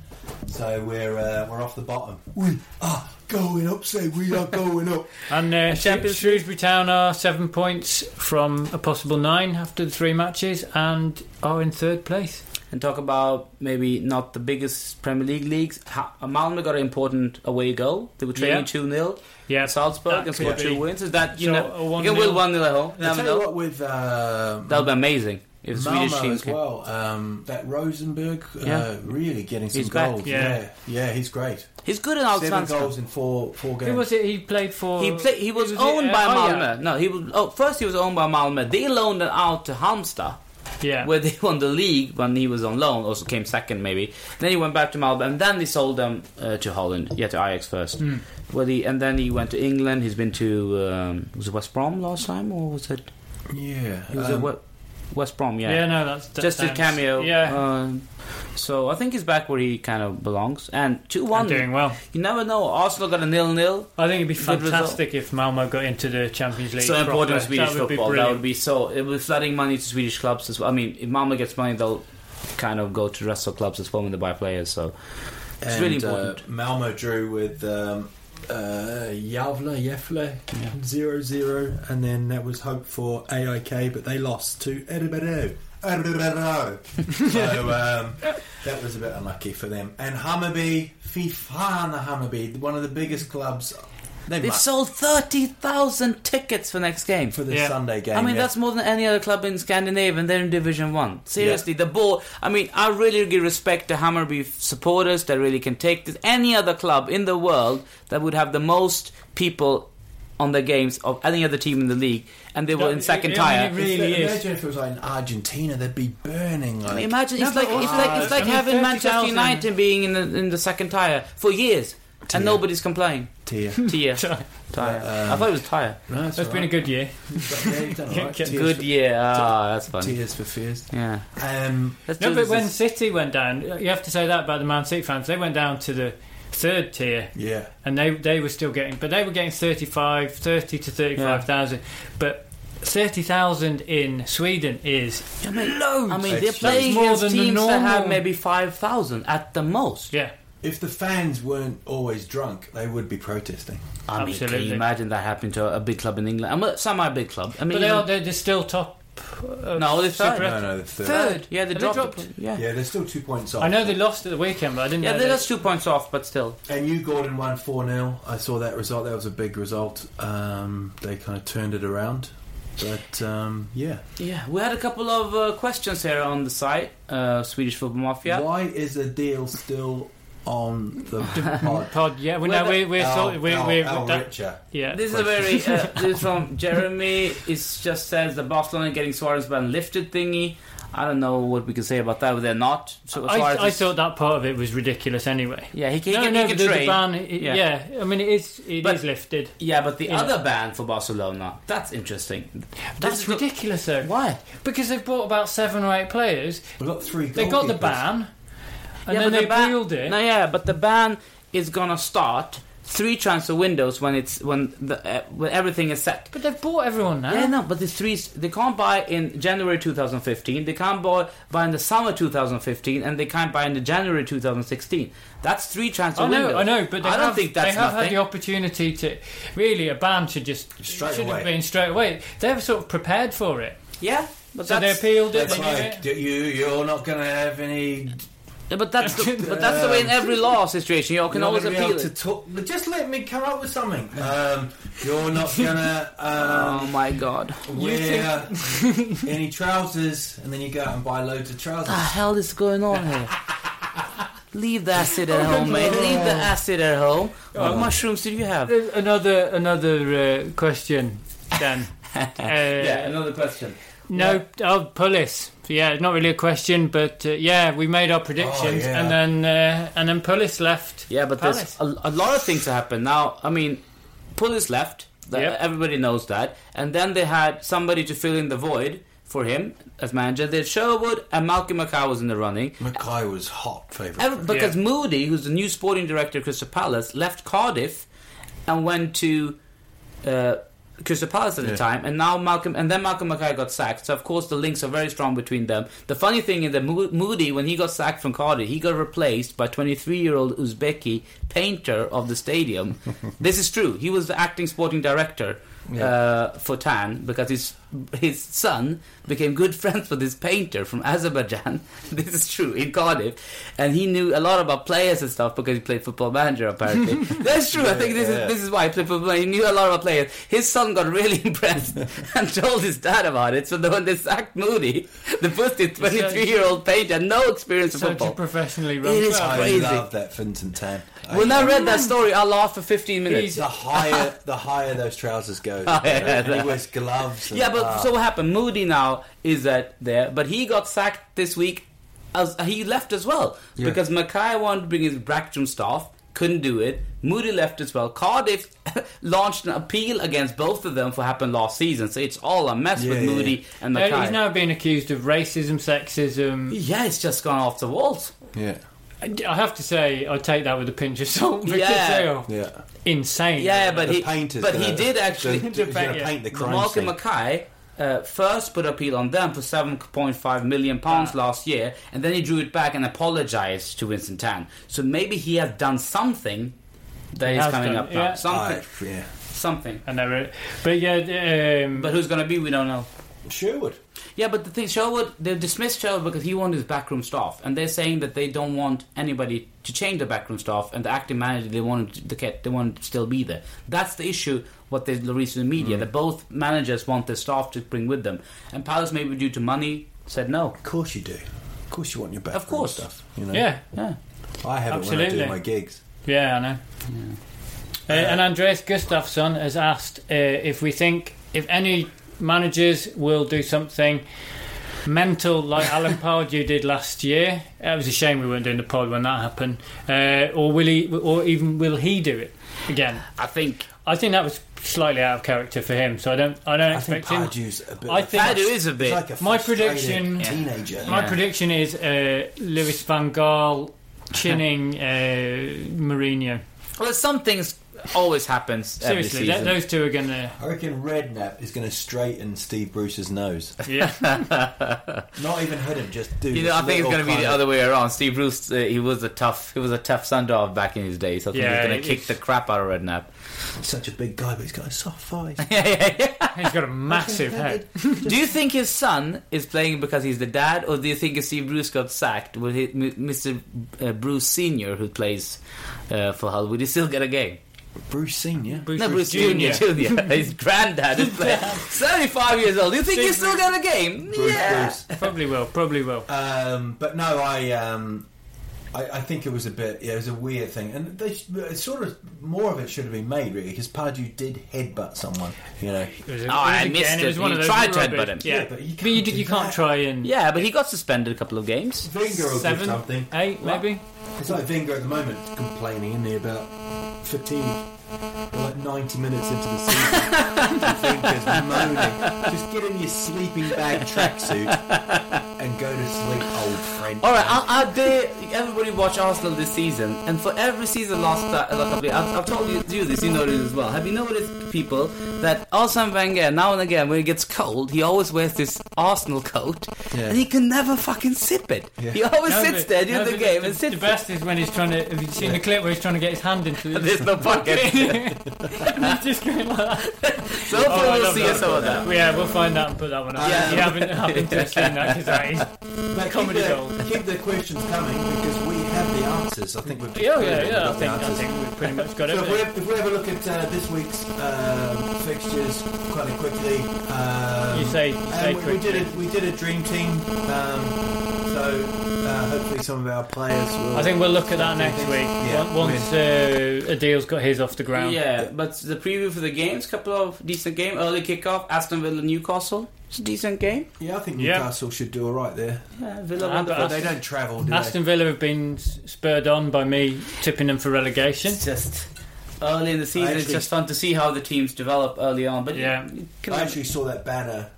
D: So we're uh, we're off the bottom. We are going up. Say we are going up.
C: And uh, Shrew- Shrewsbury Town are seven points from a possible nine after the three matches and are in third place.
E: and talk about maybe not the biggest Premier League leagues. Ha- Malmö got an important away goal. They were trailing
C: Yeah.
E: two 0
C: Yeah,
E: Salzburg
C: that
E: and scored
C: could
E: two
C: be-
E: wins. Is that
C: So,
E: you
C: a
E: know
C: 1-0.
E: you can win one 0 at home?
D: I'll
E: Never
D: tell you
E: know.
D: what with um,
E: That would be amazing if the Swedish
D: Malmo
E: team
D: as
E: can-
D: well. Um, that Rosenberg,
E: Yeah.
D: uh, really getting some
E: He's back,
D: goals.
C: yeah.
D: yeah, Yeah, he's great.
E: He's good in
D: Seven
E: Allsvenskan.
D: goals in four four games.
C: Who was it he played for?
E: He play, He was,
C: it,
E: owned
C: uh,
E: by
C: oh,
E: Malmö. No, he was. Oh, first he was owned by Malmö. They loaned him out to Halmstad,
C: Yeah.
E: where they won the league when he was on loan. Also came second maybe. Then he went back to Malmö, and then they sold him uh, to Holland. Yeah, to Ajax first.
C: Hmm.
E: Where he, and then he went to England. He's been to um, was it West Brom last time or was it?
D: Yeah,
E: It was
D: um,
E: it we- West Brom.
C: yeah. no, that's that
E: just a
C: sounds-
E: cameo.
C: Yeah,
E: Um, so I think he's back where he kind of belongs. And two one.
C: and doing well.
E: You never know. Arsenal got a nil nil.
C: I think it'd be
E: Good result.
C: fantastic if Malmo got into the Champions League.
E: So important
C: proper.
E: to Swedish
C: that would
E: football.
C: Be
E: that
C: brilliant.
E: would be so. It was flooding money to Swedish clubs as well. I mean, if Malmo gets money, they'll kind of go to the rest of clubs as well when they buy players. So it's really
D: and, uh,
E: important.
D: Malmo drew with um, uh, Javle, Jefle, 0 0, and then that was hope for AIK, but they lost to Erebro. Erebro. so um, that was a bit unlucky for them. And Hammarby, Fifana Hammarby, one of the biggest clubs. They
E: They've
D: must
E: sold thirty thousand tickets for next game.
D: for the
C: Yeah.
D: Sunday game.
E: I mean,
D: yeah.
E: that's more than any other club in Scandinavia, and they're in Division One. Seriously, the ball. I mean, I really give respect to Hammarby supporters that really can take this. Any other club in the world that would have the most people on their games of any other team in the league, and they were
C: No,
E: in
C: it-
E: second
C: it- I mean,
E: tier.
C: it really
D: Imagine
C: is.
D: if it was like in Argentina, they'd be burning. Like,
E: Imagine it's
C: No,
E: like
C: but
E: it's
C: also-
E: like it's
C: I
E: like
C: mean,
E: having
C: 30,000
E: Manchester United being in the, in the second tire for years and nobody's complaining.
D: Tia.
E: Tier, tire. I thought it was tire.
D: No, it's
C: That's been a good year.
D: Yeah, you've done all right. Tears
E: Good
D: for-
E: year. Ah, that's funny.
D: Tears for fears.
E: Yeah.
D: Um,
E: Let's
C: No,
E: do
C: but
E: this
C: when
E: as-
C: City went down, you have to say that about the Man City fans. They went down to the third tier,
D: yeah.
C: and they they were still getting, but they were getting 35, 30 to thirty-five thousand. But thirty thousand in Sweden is
E: I mean, I mean, they're
D: It's
E: playing
C: more
E: against
C: than the
E: teams that have
C: normal.
E: maybe five thousand at the most.
C: yeah.
D: If the fans weren't always drunk, they would be protesting.
E: I mean, can
C: Absolutely.
E: you imagine that happening to a big club in England? I'm a, some are a big club. I mean,
C: But they are
E: even-
C: they're, they're still top. of
E: No, they're third.
C: Super-
D: No, no, they're third.
E: third. Yeah,
C: Have
E: they
C: they
E: dropped.
C: dropped?
E: Yeah.
D: Yeah, they're still two points off.
C: I know they lost at the weekend, but I didn't.
E: Yeah,
C: know
E: they're
C: they-
E: just two points off, but still.
D: And you, Gordon, won 4 0. I saw that result. That was a big result. Um, they kind of turned it around. But um, yeah.
E: Yeah, we had a couple of uh, questions here on the site, uh, Swedish Football Mafia.
D: Why is the deal still on the pod?
C: Pod, yeah, we
E: Well,
C: know we're
E: the-
C: we're,
D: Al-
C: sort of- we're,
D: Al-
C: we're
D: Al
C: that-
D: Richer.
C: yeah.
E: This is a very. Uh, this is from Jeremy. It just says the Barcelona getting Suarez ban lifted thingy. I don't know what we can say about that. They're not. So
C: I,
E: Suarez
C: I
E: is-
C: thought that part of it was ridiculous anyway.
E: Yeah, he can,
C: no,
E: he can,
C: no,
E: he can
C: the, the
E: train.
C: ban. it-
E: Yeah.
C: yeah. I mean, it is it is
E: But-
C: lifted.
E: Yeah, but the
C: Yeah.
E: other ban for Barcelona. That's interesting.
C: That's ridiculous, though.
E: Why?
C: Because they've bought about seven or eight players.
D: We've got three
C: They got the
D: goalkeepers.
C: ban, and
E: yeah,
C: then
E: but
C: they
E: the ban-
C: appealed it.
E: No, yeah, but the ban is gonna start three transfer windows when it's when the uh, when everything is set.
C: But they've bought everyone now.
E: Yeah, no, but the three they can't buy in January 2015. They can't buy, buy in the summer 2015, and they can't buy in the January 2016. That's three transfer
C: I know,
E: windows.
C: I know, but they
E: I don't
C: have,
E: think that's
C: they have
E: nothing.
C: had the opportunity to really a ban should just
D: Straight
C: should
D: away.
C: have been straight away. They've sort of prepared for it,
E: yeah, but
C: so they
E: that's
C: appealed it.
D: That's
C: They knew
D: like,
C: it.
D: you, you're not going to have any
E: yeah, but that's the, but that's the way in every law situation. You can
D: You're
E: always
D: not gonna be
E: appeal
D: able
E: it.
D: to talk. but Just let me come up with something. Um, you're not gonna um,
E: oh my god!
D: wear
E: Ah.
D: any trousers, and then you go out and buy loads of trousers.
E: What the hell is going on here? Leave the acid at home, mate. Leave the acid at home. What
C: Oh.
E: mushrooms did you have?
C: There's another another uh, question, Dan. uh,
E: yeah, another question.
C: No, oh, Pullis. Yeah, not really a question, but uh, yeah, we made our predictions,
E: Oh, yeah.
C: and then uh, and then Pullis left.
E: Yeah, but
C: Palace.
E: there's a, a lot of things that happened. Now, I mean, Pulis left. That, Everybody knows that. And then they had somebody to fill in the void for him as manager. They had Sherwood and Malcolm Mackay was in the running.
D: Mackay was hot favourite.
E: Ever, because Moody, who's the new sporting director of Crystal Palace, left Cardiff and went to uh, Crystal Palace at the
D: Yeah.
E: time, and now Malcolm and then Malcolm Mackay got sacked. So of course the links are very strong between them. The funny thing is that Mo- Moody, when he got sacked from Cardiff, he got replaced by 23-year-old Uzbeki painter of the stadium. this is true. He was the acting sporting director. Uh, for Tan because his his son became good friends with this painter from Azerbaijan. this is true in Cardiff, and he knew a lot about players and stuff because he played Football Manager apparently. That's true. I think this
D: Yeah.
E: is this is why he played football. He knew a lot of players. His son got really impressed and told his dad about it. So the, when they sacked Moody, they put this
C: so-
E: 23 year old painter, no experience of
C: such a
E: football.
C: professionally run.
E: It is
C: club.
E: crazy.
D: I love that Finton tan. I-
E: when I read that story, I laughed for 15 minutes.
D: the higher the higher those trousers go,
E: Oh, yeah,
D: and he
E: that-
D: wears gloves. And,
E: yeah, but
D: ah.
E: so what happened? Moody now is that there, but he got sacked this week. As uh, he left as well
D: Yeah.
E: because Mackay wanted to bring his Brackton staff, couldn't do it. Moody left as well. Cardiff launched an appeal against both of them for happened last season, so it's all a mess with
D: Yeah, yeah,
E: Moody
D: yeah.
E: and
C: Uh,
E: Mackay.
C: he's now being accused of racism, sexism.
E: Yeah, it's just gone off the walls.
D: yeah,
C: I have to say, I take that with a pinch of salt because
E: Yeah.
C: they are
D: yeah.
C: insane.
E: Yeah, but
D: The
E: he
D: painter's
E: but
D: gonna-
E: he did actually.
D: the- he's gonna
C: yeah.
D: paint the
E: the
D: crime scene.
E: Malcolm Mackay uh, first put appeal on them for seven point five million pounds last year, and then he drew it back and apologised to Vincent Tan. So maybe he has done something that
C: He
E: is
C: has
E: coming
C: done,
E: up now.
C: yeah.
E: Something,
D: I- yeah.
E: something.
C: I know it. But yeah, um,
E: But who's going to be? We don't know.
D: Sherwood.
E: Yeah, but the thing, Sherwood, they dismissed Sherwood because he wanted his backroom staff, and they're saying that they don't want anybody to change the backroom staff, and the acting manager they wanted the cat they wanted to still be there. That's the issue. What they the recent media
C: Mm.
E: that both managers want their staff to bring with them, and Palace maybe due to money said no.
D: Of course you do. Of course you want your back.
E: Of course.
D: stuff. You know.
C: yeah,
E: Yeah,
D: I have it when I
C: Absolutely.
D: do my gigs.
C: Yeah, I know. Uh, and Andreas Gustafsson has asked uh, if we think if any managers will do something mental like Alan Pardew did last year. It was a shame we weren't doing the pod when that happened. Uh, or will he? Or even will he do it again?
E: I think
C: I think that was slightly out of character for him. So I don't. I don't
D: I think
C: expect him.
D: Pardew's a bit.
C: I
D: of a
C: think-
D: frust-
E: Pardew is a bit-
D: he's Like a
C: My
D: frustrated
C: prediction-
D: Teenager.
C: My
E: Yeah.
C: prediction is uh, Lewis Van Gaal chinning uh, Mourinho.
E: well, some things always happens.
C: Seriously,
E: every
C: th-
E: season.
C: those two are going to.
D: I reckon Redknapp is going to straighten Steve Bruce's nose.
C: Yeah.
D: Not even hit him, just do.
E: You know,
D: this
E: I think it's
D: little
E: going to be
D: kind
E: the
D: of-
E: other way around. Steve Bruce, uh, he was a tough, he was a tough sundog back in his day. So I think
C: Yeah,
E: he's going
C: it
E: to kick
C: is.
E: the crap out of Redknapp.
D: Such a big guy, but he's got a soft voice.
C: He's got a massive head.
E: Do you think his son is playing because he's the dad, or do you think Steve Bruce got sacked? Will he, M- Mr. Uh, Bruce Senior, who plays uh, for Hull, would he still get a game?
D: Bruce Senior.
E: no, Bruce Junior, Junior, his granddad is playing. Seventy-five years old. Do you think
C: Steve
E: he's still
C: Bruce-
E: got a game?
D: Bruce,
E: yeah.
D: Bruce.
C: Probably will. Probably will.
E: Uh,
D: Um, but no, I, um, I I think it was a bit. Yeah, it was a weird thing, and they sh- it sort of more of it should have been made really because Pardew did headbutt someone. You know,
C: It was a-
E: Oh, I
C: it was a-
E: missed
C: and
E: it.
C: was one
E: He
C: of those
E: tried to
C: rubbish-
E: headbutt him.
C: Yeah,
D: Yeah,
C: but
D: but
C: you
D: you
C: can't, you,
D: can't do
C: can't
D: that.
C: try and
E: Yeah, but he got suspended a couple of games.
D: Wenger will do
C: seven,
D: something.
C: eight, maybe.
D: It's like Wenger at the moment complaining in there about fatigue. We're like 90 minutes into the season, and Wenger's moaning. Just get in your sleeping bag tracksuit and go to sleep, old friend.
E: All right, I, I dare everybody watch Arsenal this season, and for every season last uh, last couple of years, I've, I've told you, you this, you know this as well. Have you noticed, people, that Arsene Wenger now and again, when it gets cold, he always wears this Arsenal coat,
D: Yeah.
E: and he can never fucking sip it. He always
C: No,
E: sits
C: but-
E: there during
C: no,
E: the
C: but
E: game
C: the,
E: and sits.
C: The best is when he's trying to. Have you seen the clip where he's trying to get his hand into
E: it.
C: the
E: There's no pocket.
C: and he's just going like that.
E: so hopefully
C: Oh, I
E: we'll
C: love
E: see
C: that.
E: us over Oh, that.
C: Yeah, we'll find that and put that one up.
E: Yeah.
C: Yeah. You haven't, haven't just seen that because that is.
D: But
C: comedy
D: keep
C: gold.
D: the, keep the questions coming because we have the answers. I think we've
C: Yeah,
D: we've
C: yeah, yeah. I
D: got the
C: think, I
D: answers.
C: think we've pretty much got
D: So if we,
C: it.
D: have, if we have a look at uh, this week's um, fixtures quite quickly, um,
C: You say- you
D: and
C: say
D: Um, we, we did
C: quickly.
D: a, we did a dream team. Um, so So uh, hopefully some of our players will.
C: I think we'll look at that next week
D: Yeah,
C: on- once uh, Adil's got his off the ground.
E: Yeah, but the preview for the games, couple of decent game, early kickoff, Aston Villa Newcastle. It's a decent game.
D: Yeah, I think Newcastle should do all right there.
E: Yeah, Villa
C: Ah, but
E: Wonderful.
D: They don't travel, do
C: Aston Villa have been s- spurred on by me tipping them for relegation.
E: It's just early in the season. it's
D: actually-
E: just fun to see how the teams develop early on. But
C: Yeah.
E: you
D: they?
E: can-
D: I actually saw that banner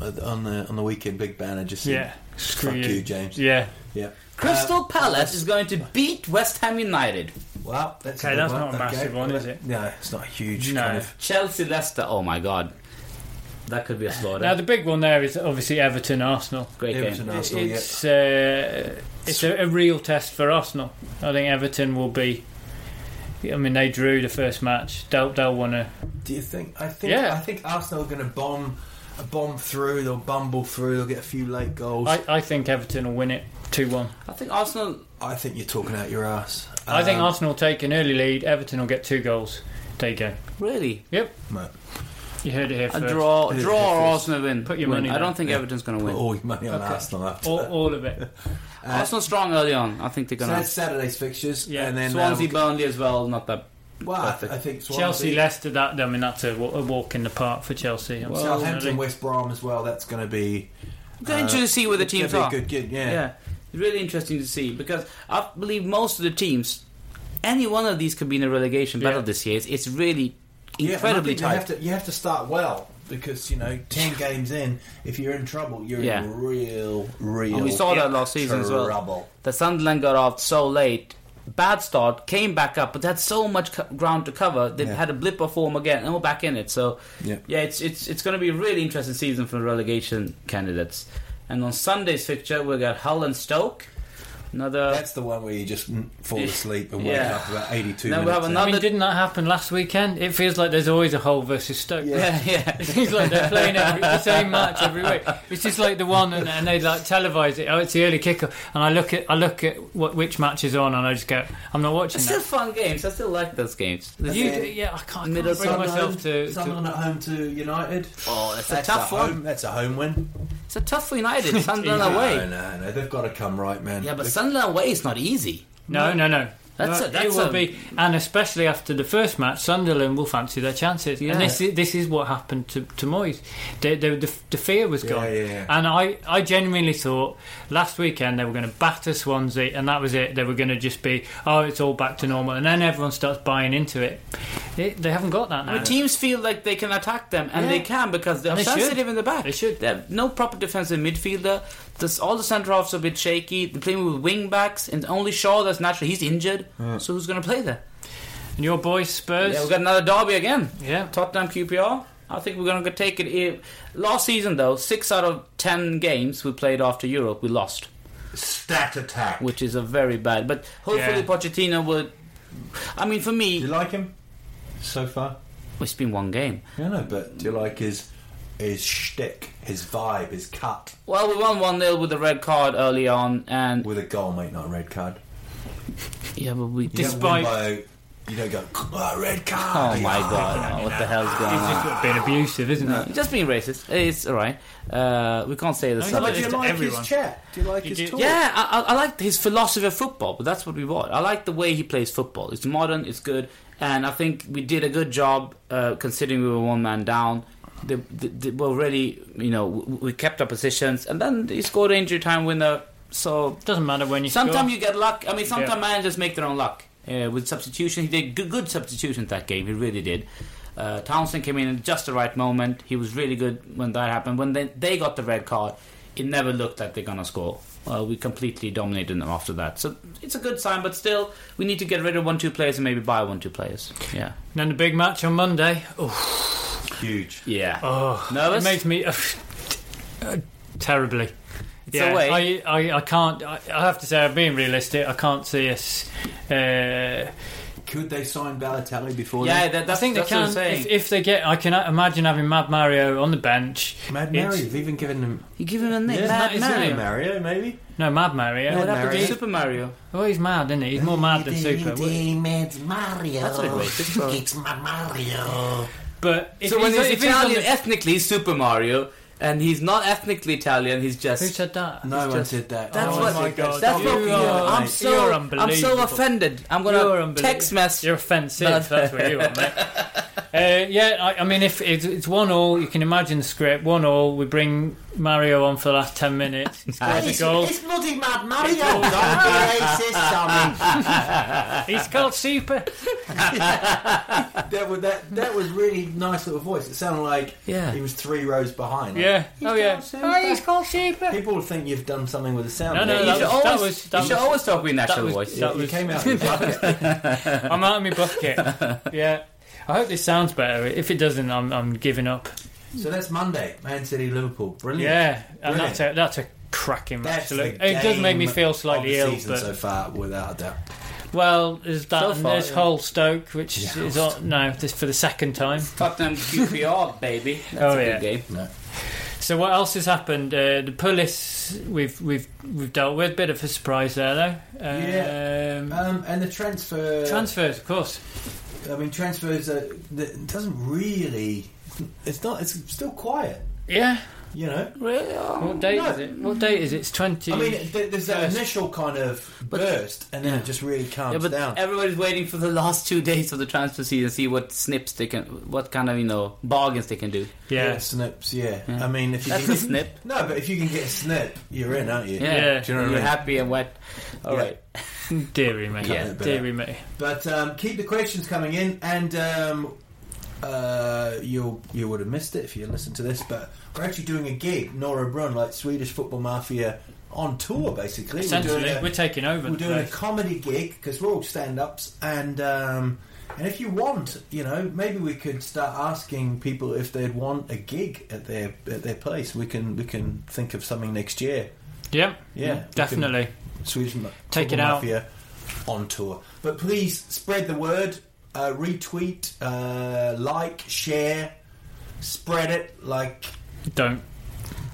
D: uh, on the on the weekend, big banner, just said,
C: Yeah, screw
D: fuck
C: you.
D: you. James.
C: Yeah.
D: Yeah. uh,
E: Crystal Palace is going to beat West Ham United.
D: Well, that's a
C: Okay,
D: good
C: that's
D: one.
C: not a massive
D: Okay.
C: one, is it?
D: No, it's not a huge
C: No.
D: kind of.
E: Chelsea Leicester. Oh my God, that could be a slaughter.
C: Now the big one there is obviously Everton Arsenal.
E: Great
D: Everton,
E: game.
D: Arsenal, yeah.
C: It's uh, it's a, a real test for Arsenal. I think Everton will be. I mean, they drew the first match. They'll they'll want to.
D: Do you think? I think.
C: Yeah.
D: I think Arsenal are going to bomb, bomb through. They'll bumble through. They'll get a few late goals. I,
C: I, I think Everton will win it two one.
E: I think Arsenal.
D: think you're talking out your ass.
C: I
D: Um,
C: think Arsenal will take an early lead. Everton will get two goals. There you go.
E: Really,
C: Yep,
D: Mate,
C: you heard it here
E: a
C: first.
E: draw,
D: Yeah,
E: draw or
D: first.
E: Arsenal win.
C: Put your
E: Win.
C: money
E: I don't
C: down.
E: think Everton's going to
D: Put
E: win.
D: all your money on Arsenal after.
C: All, all of it.
E: Arsenal strong early on. I think they're
D: so
E: going to.
D: that's Saturday's fixtures.
C: Yeah,
D: And then
E: Swansea,
D: Um,
E: Burnley as well. Not that.
D: well, I,
E: Perfect.
D: I think Swansea,
C: Chelsea, Leicester. That I mean, that's a, wa- a walk in the park for Chelsea.
D: Southampton,
C: unfortunately.
D: West Brom as well. That's going to be.
E: Going to see where the
D: it's gonna
E: teams
D: be a
E: are.
D: Good, good, yeah.
E: Yeah, really interesting to see because I believe most of the teams, any one of these could be in a relegation battle
C: Yeah.
E: this year. It's, it's really
D: Yeah,
E: incredibly
D: and I think
E: tight.
D: they Have to, you have to start well because you know ten games in, if you're in trouble, you're
E: Yeah.
D: in real, real.
E: And we saw that last season as well.
D: trouble.
E: The Sunderland got off so late. Bad start, came back up, but they had so much co- ground to cover. They
D: Yeah.
E: had a blip of form again, and we're back in it. So,
D: Yeah.
E: it's it's it's going to be a really interesting season for relegation candidates. And on Sunday's fixture, we got Hull and Stoke. Another
D: That's the one where you just mm, fall asleep and wake
E: Yeah.
D: up about 82
E: Now we
D: minutes.
E: have
D: in.
E: another-
C: I mean, didn't that happen last weekend? It feels like there's always a Hull versus Stoke.
E: yeah, yeah.
C: It seems like they're playing every, the same match every week. It's just like the one, and, and they like televise it. Oh, it's the early kicker, and I look at I look at what which match is on, and I just go, I'm not watching
E: It's still
C: that.
E: fun games. I still like those games.
C: You, yeah, I can't, I
E: Middle
C: can't bring myself to.
D: Sunderland
C: to
D: at home to United.
E: Oh, that's a tough one.
D: Home, that's a home win.
E: It's a tough for United. Sunderland
C: easy.
D: No,
E: away.
D: no, no. They've got to come right, man.
E: Yeah, but
D: They've-
E: Sunderland away is not easy.
C: no, no, no.
E: That's
C: no,
E: a- that's
C: it will
E: a-
C: be, and especially after the first match, Sunderland will fancy their chances.
E: Yeah.
C: And this is this is what happened to to Moyes. The, the, the, the fear was gone,
D: yeah, yeah.
C: and I I genuinely thought last weekend they were going to batter Swansea, and that was it. They were going to just be oh, it's all back to normal, and then everyone starts buying into it. They, they haven't got that now.
E: When teams feel like they can attack them, and
C: Yeah.
E: they can because they're
C: And they should.
E: sensitive in the back.
C: They should.
E: They have no proper defensive midfielder. This, all the centre halves are a bit shaky. They're playing with wing backs, and only Shaw that's natural. He's injured, so who's going to play there?
C: And your boys Spurs,
E: Yeah, we got another derby again.
C: Yeah.
E: Tottenham QPR. I think we're going to take it. here. Last season, though, six out of ten games we played after Europe, we lost.
D: stat attack.
E: which is a very bad. But hopefully
C: Yeah.
E: Pochettino will. I mean, for
D: Do you
E: me,
D: like him so far?
E: it's been one game.
D: I know, but do you like his his shtick, his vibe, his cut
E: Well, we won one 0 with a red card early on, and
D: with a goal, mate, not a red card.
E: yeah, but we.
D: You don't win
C: Despite-
D: by- you don't go "Oh, red card.
E: oh my god, oh, what the hell's going
C: it's
E: on?
C: just being abusive, isn't it?
E: He's Just being racist. It's all right. Uh, we can't say the
C: I mean,
E: same.
C: but
D: Do you
C: It's to
D: like
C: everyone.
D: his chat? Do you like
C: You
D: his
C: do-
D: talk?
E: Yeah, I, I I like his philosophy of football, but that's what we want. I like the way he plays football. It's modern, it's good, and I think we did a good job uh, considering we were one man down. The, the, the, we're really, you know, we, we kept our positions, and then he scored an injury time winner. So
C: Doesn't matter when you score.
E: sometimes you get luck. I mean, sometimes
C: Yeah.
E: managers make their own luck uh, with substitution. He did good, good substitution that game. He really did. Uh, Townsend came in at just the right moment. He was really good when that happened. When they, they got the red card, it never looked like they're gonna score. Uh, we completely dominated them after that. So it's a good sign, but still, we need to get rid of one two players and maybe buy one two players. Yeah,
C: And then the big match on Monday. Oh,
D: Huge.
E: yeah.
C: Oh,
E: Nervous?
C: It makes me uh, terribly.
E: It's a
C: I,
E: way.
C: I, I can't. I, I have to say, I'm being realistic. I can't see us. Uh,
D: Could they sign Balotelli before?
E: yeah,
D: then?
E: that,
C: I
E: that's,
C: think they
E: that's what I'm
C: can.
E: saying.
C: If, if they get, I can imagine having Mad Mario on the bench.
D: Mad
C: It's-
D: Mario. They've even given him
E: you give him a name,
D: Yeah,
E: Mad
D: isn't it
E: Mario.
D: Mario, maybe.
C: No, Mad Mario.
E: What happened to
D: Mario.
E: Super Mario?
C: Oh, he's mad, isn't he? He's more mad than Super.
D: It's Mario.
E: That's a bit racist, but-
D: It's my Mario.
C: But if
E: so when
C: he's,
E: he's
C: if he's on
E: Italian,
C: the
E: ethnically Super Mario, and he's not ethnically Italian. He's just
C: Who said that? It's
D: No one
C: just-
D: said that.
E: That's
C: Oh
E: what.
C: my God,
E: That's what.
C: you are-
E: I'm so.
C: you're
E: I'm so
C: unbelievable.
E: offended. I'm
C: You're
E: gonna
C: unbelievable.
E: text message.
C: You're offensive. That's what you are, mate. Uh, yeah, I, I mean, if it's, it's one all, you can imagine the script. One all, we bring Mario on for the last ten minutes. He scores a goal.
D: bloody mad Mario. Don't be racist, Tommy.
C: He's called Super.
D: That was, that, that was really nice little voice. It sounded like
E: Yeah.
D: he was three rows behind. Like,
C: Yeah.
D: "He's
C: Oh yeah.
D: called Super."
C: Oh, he's called Super.
D: People would think you've done something with the sound.
C: No, no,
D: Yeah,
E: You
C: that
E: should
C: was- that
E: always.
C: was- that
E: you should
C: was-
E: always talk with
C: That
E: natural
C: was,
E: voice.
C: that
D: you
C: was,
D: came out with bucket.
C: I'm out of my bucket. Yeah. I hope this sounds better. If it doesn't, I'm, I'm giving up.
D: So that's Monday, Man City, Liverpool. Brilliant.
C: Yeah, and
D: Hmm. Brilliant.
C: that's a, that's a cracking match
D: That's
C: to
D: the
C: look. It does make me
D: game
C: feel
D: of
C: slightly
D: the
C: ill,
D: season
C: but
D: so far, without a doubt.
C: well, there's that.
E: So
C: and
E: far,
C: there's
E: yeah.
C: Hull Stoke, which
D: Yeah.
C: is on no, this for the second time.
E: Tottenham QPR, baby. That's
C: Oh,
E: a
C: yeah.
E: good game.
D: No.
C: So what else has happened? Uh, the Pulis we've we've we've dealt with. Bit of a surprise there, though. Um,
D: Yeah. Um, and the transfer.
C: transfers, of course.
D: I mean, transfers. Are, that doesn't really. It's not. It's still quiet.
C: Yeah.
D: You know.
C: What date
D: no.
C: is it? What date is it? It's twenty.
D: I mean, th- there's that initial kind of burst, and then it just really calms
E: Yeah, but
D: down.
E: everybody's waiting for the last two days of the transfer season to see what snips they can, what kind of you know bargains they can do.
C: yeah.
D: snips. Yeah. I mean, if you
E: That's
D: can
E: a snip.
D: No, but if you can get a snip, you're in, aren't you?
E: Yeah,
C: Yeah.
D: Do you know what
E: you're
D: I mean?
E: happy and wet. All
D: Yeah.
E: right.
C: Deary me.
D: Yeah.
C: Deary me.
D: But um, keep the questions coming in, and um, uh, you'll you would have missed it if you listened to this. But we're actually doing a gig, Nora Brun, like Swedish football mafia, on tour. Basically,
C: Essentially,
D: we're doing a,
C: we're taking over.
D: we're doing a
C: today.
D: comedy gig because we're all stand ups, and um, and if you want, you know, maybe we could start asking people if they'd want a gig at their at their place. We can we can think of something next year.
C: Yep.
D: Yeah, we can-
C: Definitely.
D: Swedish Ma-
C: Take
D: Football
C: it out.
D: Mafia on tour. But please spread the word, uh, retweet, uh, like, share, spread it. Like
C: Don't.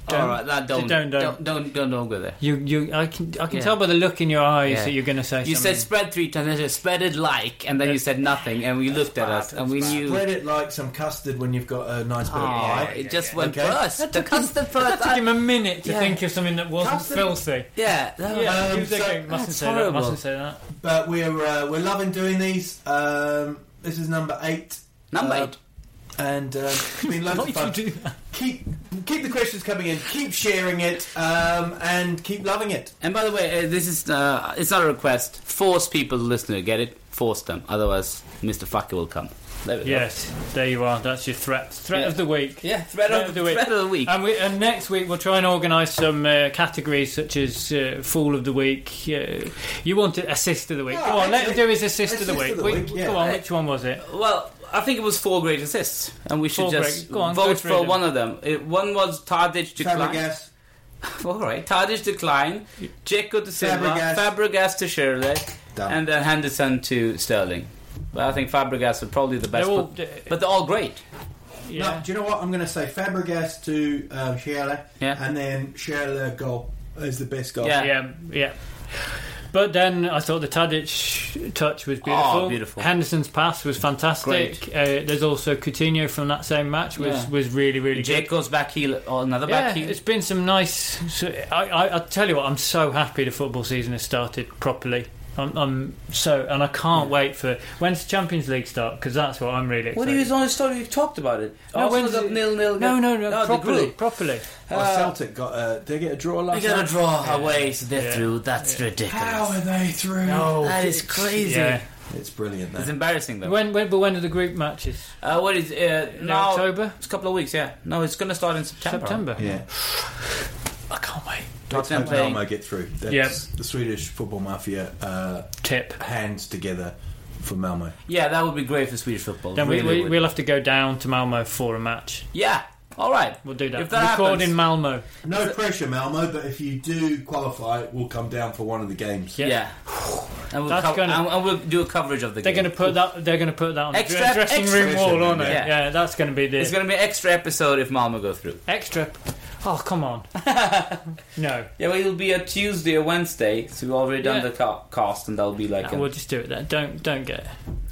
E: All right. That don't
C: Don't,
E: don't
C: don't.
E: don't don't, don't, go there.
C: You, you, I can, I can
E: Yeah.
C: tell by the look in your eyes
E: Yeah.
C: that you're going to say
E: You
C: something.
E: said spread three times. I said spread it like, and then you said nothing, and we looked at us, and we knew.
D: spread it like some custard when you've got a nice bit of
E: Oh,
D: pie.
E: it just went
D: Okay.
E: first. The custard first.
C: that took him
E: I-
C: a minute to
E: Yeah.
C: think of something that wasn't
D: Custard-
C: filthy.
E: yeah. that-
C: Yeah,
D: Um,
C: he was
D: so-
C: thinking, mustn't
E: that's
C: say that.
E: horrible.
C: Mustn't say that.
D: But we're uh, we're loving doing these. Um, this is number eight.
E: Number
D: Uh,
E: eight.
D: And uh, it's been loads
C: Why
D: of fun.
C: did you do that?
D: Keep keep the questions coming in. Keep sharing it, um, and keep loving it.
E: And by the way, uh, this is uh, it's not a request. Force people to listen to it. Get it? Force them. Otherwise, Mr. Fucker will come. There we go.
C: Yes, there you are. That's your threat. Threat
E: Yeah.
C: of the week.
E: Yeah, threat of- threat of the week.
C: And, we, and next week we'll try and organise some uh, categories such as uh, Fool of the Week. Uh, you wanted Assist of the Week.
D: Yeah,
C: Go on, let him
D: actually,
C: do his Assist, of the
D: assist
C: Week.
D: of the
C: Which-
D: week, yeah.
C: Go on, which one was it?
E: Well, I think it was four great assists, and we should
C: Four
E: just
C: great- go on, go
E: vote
C: through
E: for
C: them.
E: one of them. It, one was Tadic to Klein.
D: Fabregas.
E: All right, Tadic to Klein, Dzeko to Silva,
D: Fabregas.
E: Fabregas, to Shirley,
D: Done.
E: and then Henderson to Sterling. But I think Fabregas was probably the best,
C: They're all-
E: but, but they're all great.
C: Yeah.
D: No, do you know what? I'm going to say Fabregas to um, Scherer,
E: Yeah.
D: and then Scherer goal is the best goal.
E: Yeah.
C: yeah, yeah. But then I thought the Tadic touch was beautiful.
E: Oh, beautiful.
C: Henderson's pass was fantastic.
E: Great.
C: Uh, there's also Coutinho from that same match was,
E: Yeah.
C: was really really good.
E: Dzeko's back heel, or another
C: Yeah,
E: back heel.
C: it's been some nice. So I, I, I tell you what, I'm so happy the football season has started properly. I'm, I'm so, and I can't wait for when's the Champions League start because that's what I'm really.
E: What
C: Excited.
E: do you on story? We've talked about it.
C: No,
E: Arsenal
C: when's
E: got
C: it-
E: nil nil.
C: No, no, no,
E: no
C: properly,
E: They,
C: properly.
D: Oh, Celtic got a. Did they get a draw last
E: grew. they got
D: night?
E: a draw away, so they're
C: Yeah.
E: through. That's ridiculous.
D: How are they through?
E: That is crazy.
C: Yeah.
D: It's brilliant, though.
E: It's embarrassing though.
C: When, when, but when are the group matches?
E: Uh, what is uh, now?
C: October?
E: It's a couple of weeks. Yeah. No, it's going to start in September.
C: September.
D: yeah.
C: I can't wait.
E: Tottenham
D: Hope
E: playing.
D: Malmo get through. That's
C: Yep.
D: the Swedish football mafia uh,
C: Tip.
D: hands together for Malmo.
E: Yeah, that would be great for Swedish football.
C: Then we,
E: Really
C: we,
E: would.
C: we'll have to go down to Malmo for a match.
E: Yeah. All right.
C: We'll do that.
E: If that
C: Record
E: happens.
C: in Malmo.
D: No pressure, Malmo, but if you do qualify, we'll come down for one of the games.
C: Yeah.
E: yeah. And we'll,
C: That's
E: co-
C: gonna-
E: and, and we'll do a coverage of the
C: They're
E: game.
C: going to put that. They're going to put that on
E: Extra-
C: the dressing
E: extra-
C: room wall, aren't they?
E: Yeah.
C: Yeah. that's going to be the
E: It's going to be an extra episode if Malmo go through.
C: extra. Oh come on! no,
E: Yeah, well, it'll be a Tuesday or Wednesday, so we've already done
C: Yeah.
E: the ca- cast, and that'll be like.
C: No,
E: a-
C: we'll just do it then. Don't don't get.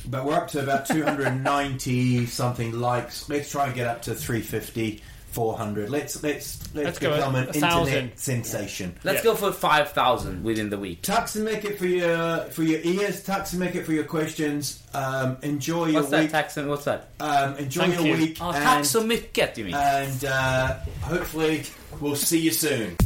D: But we're up to about 290 something likes. Let's try and get up to 350. four hundred. Let's let's
C: Let's
D: let's,
C: go
D: become
C: a-
D: an
C: a thousand.
D: internet sensation.
E: Let's go for 5,000 within the week.
D: Tux and make it for your for your ears. Tux and make it for your questions. Um, enjoy your
E: What's that
D: week.
E: tax? and- What's that?
D: um, enjoy
C: Thank
D: your
C: you.
D: week.
E: Oh,
D: and
E: tax so mycket, you mean?
D: and uh, hopefully we'll see you soon.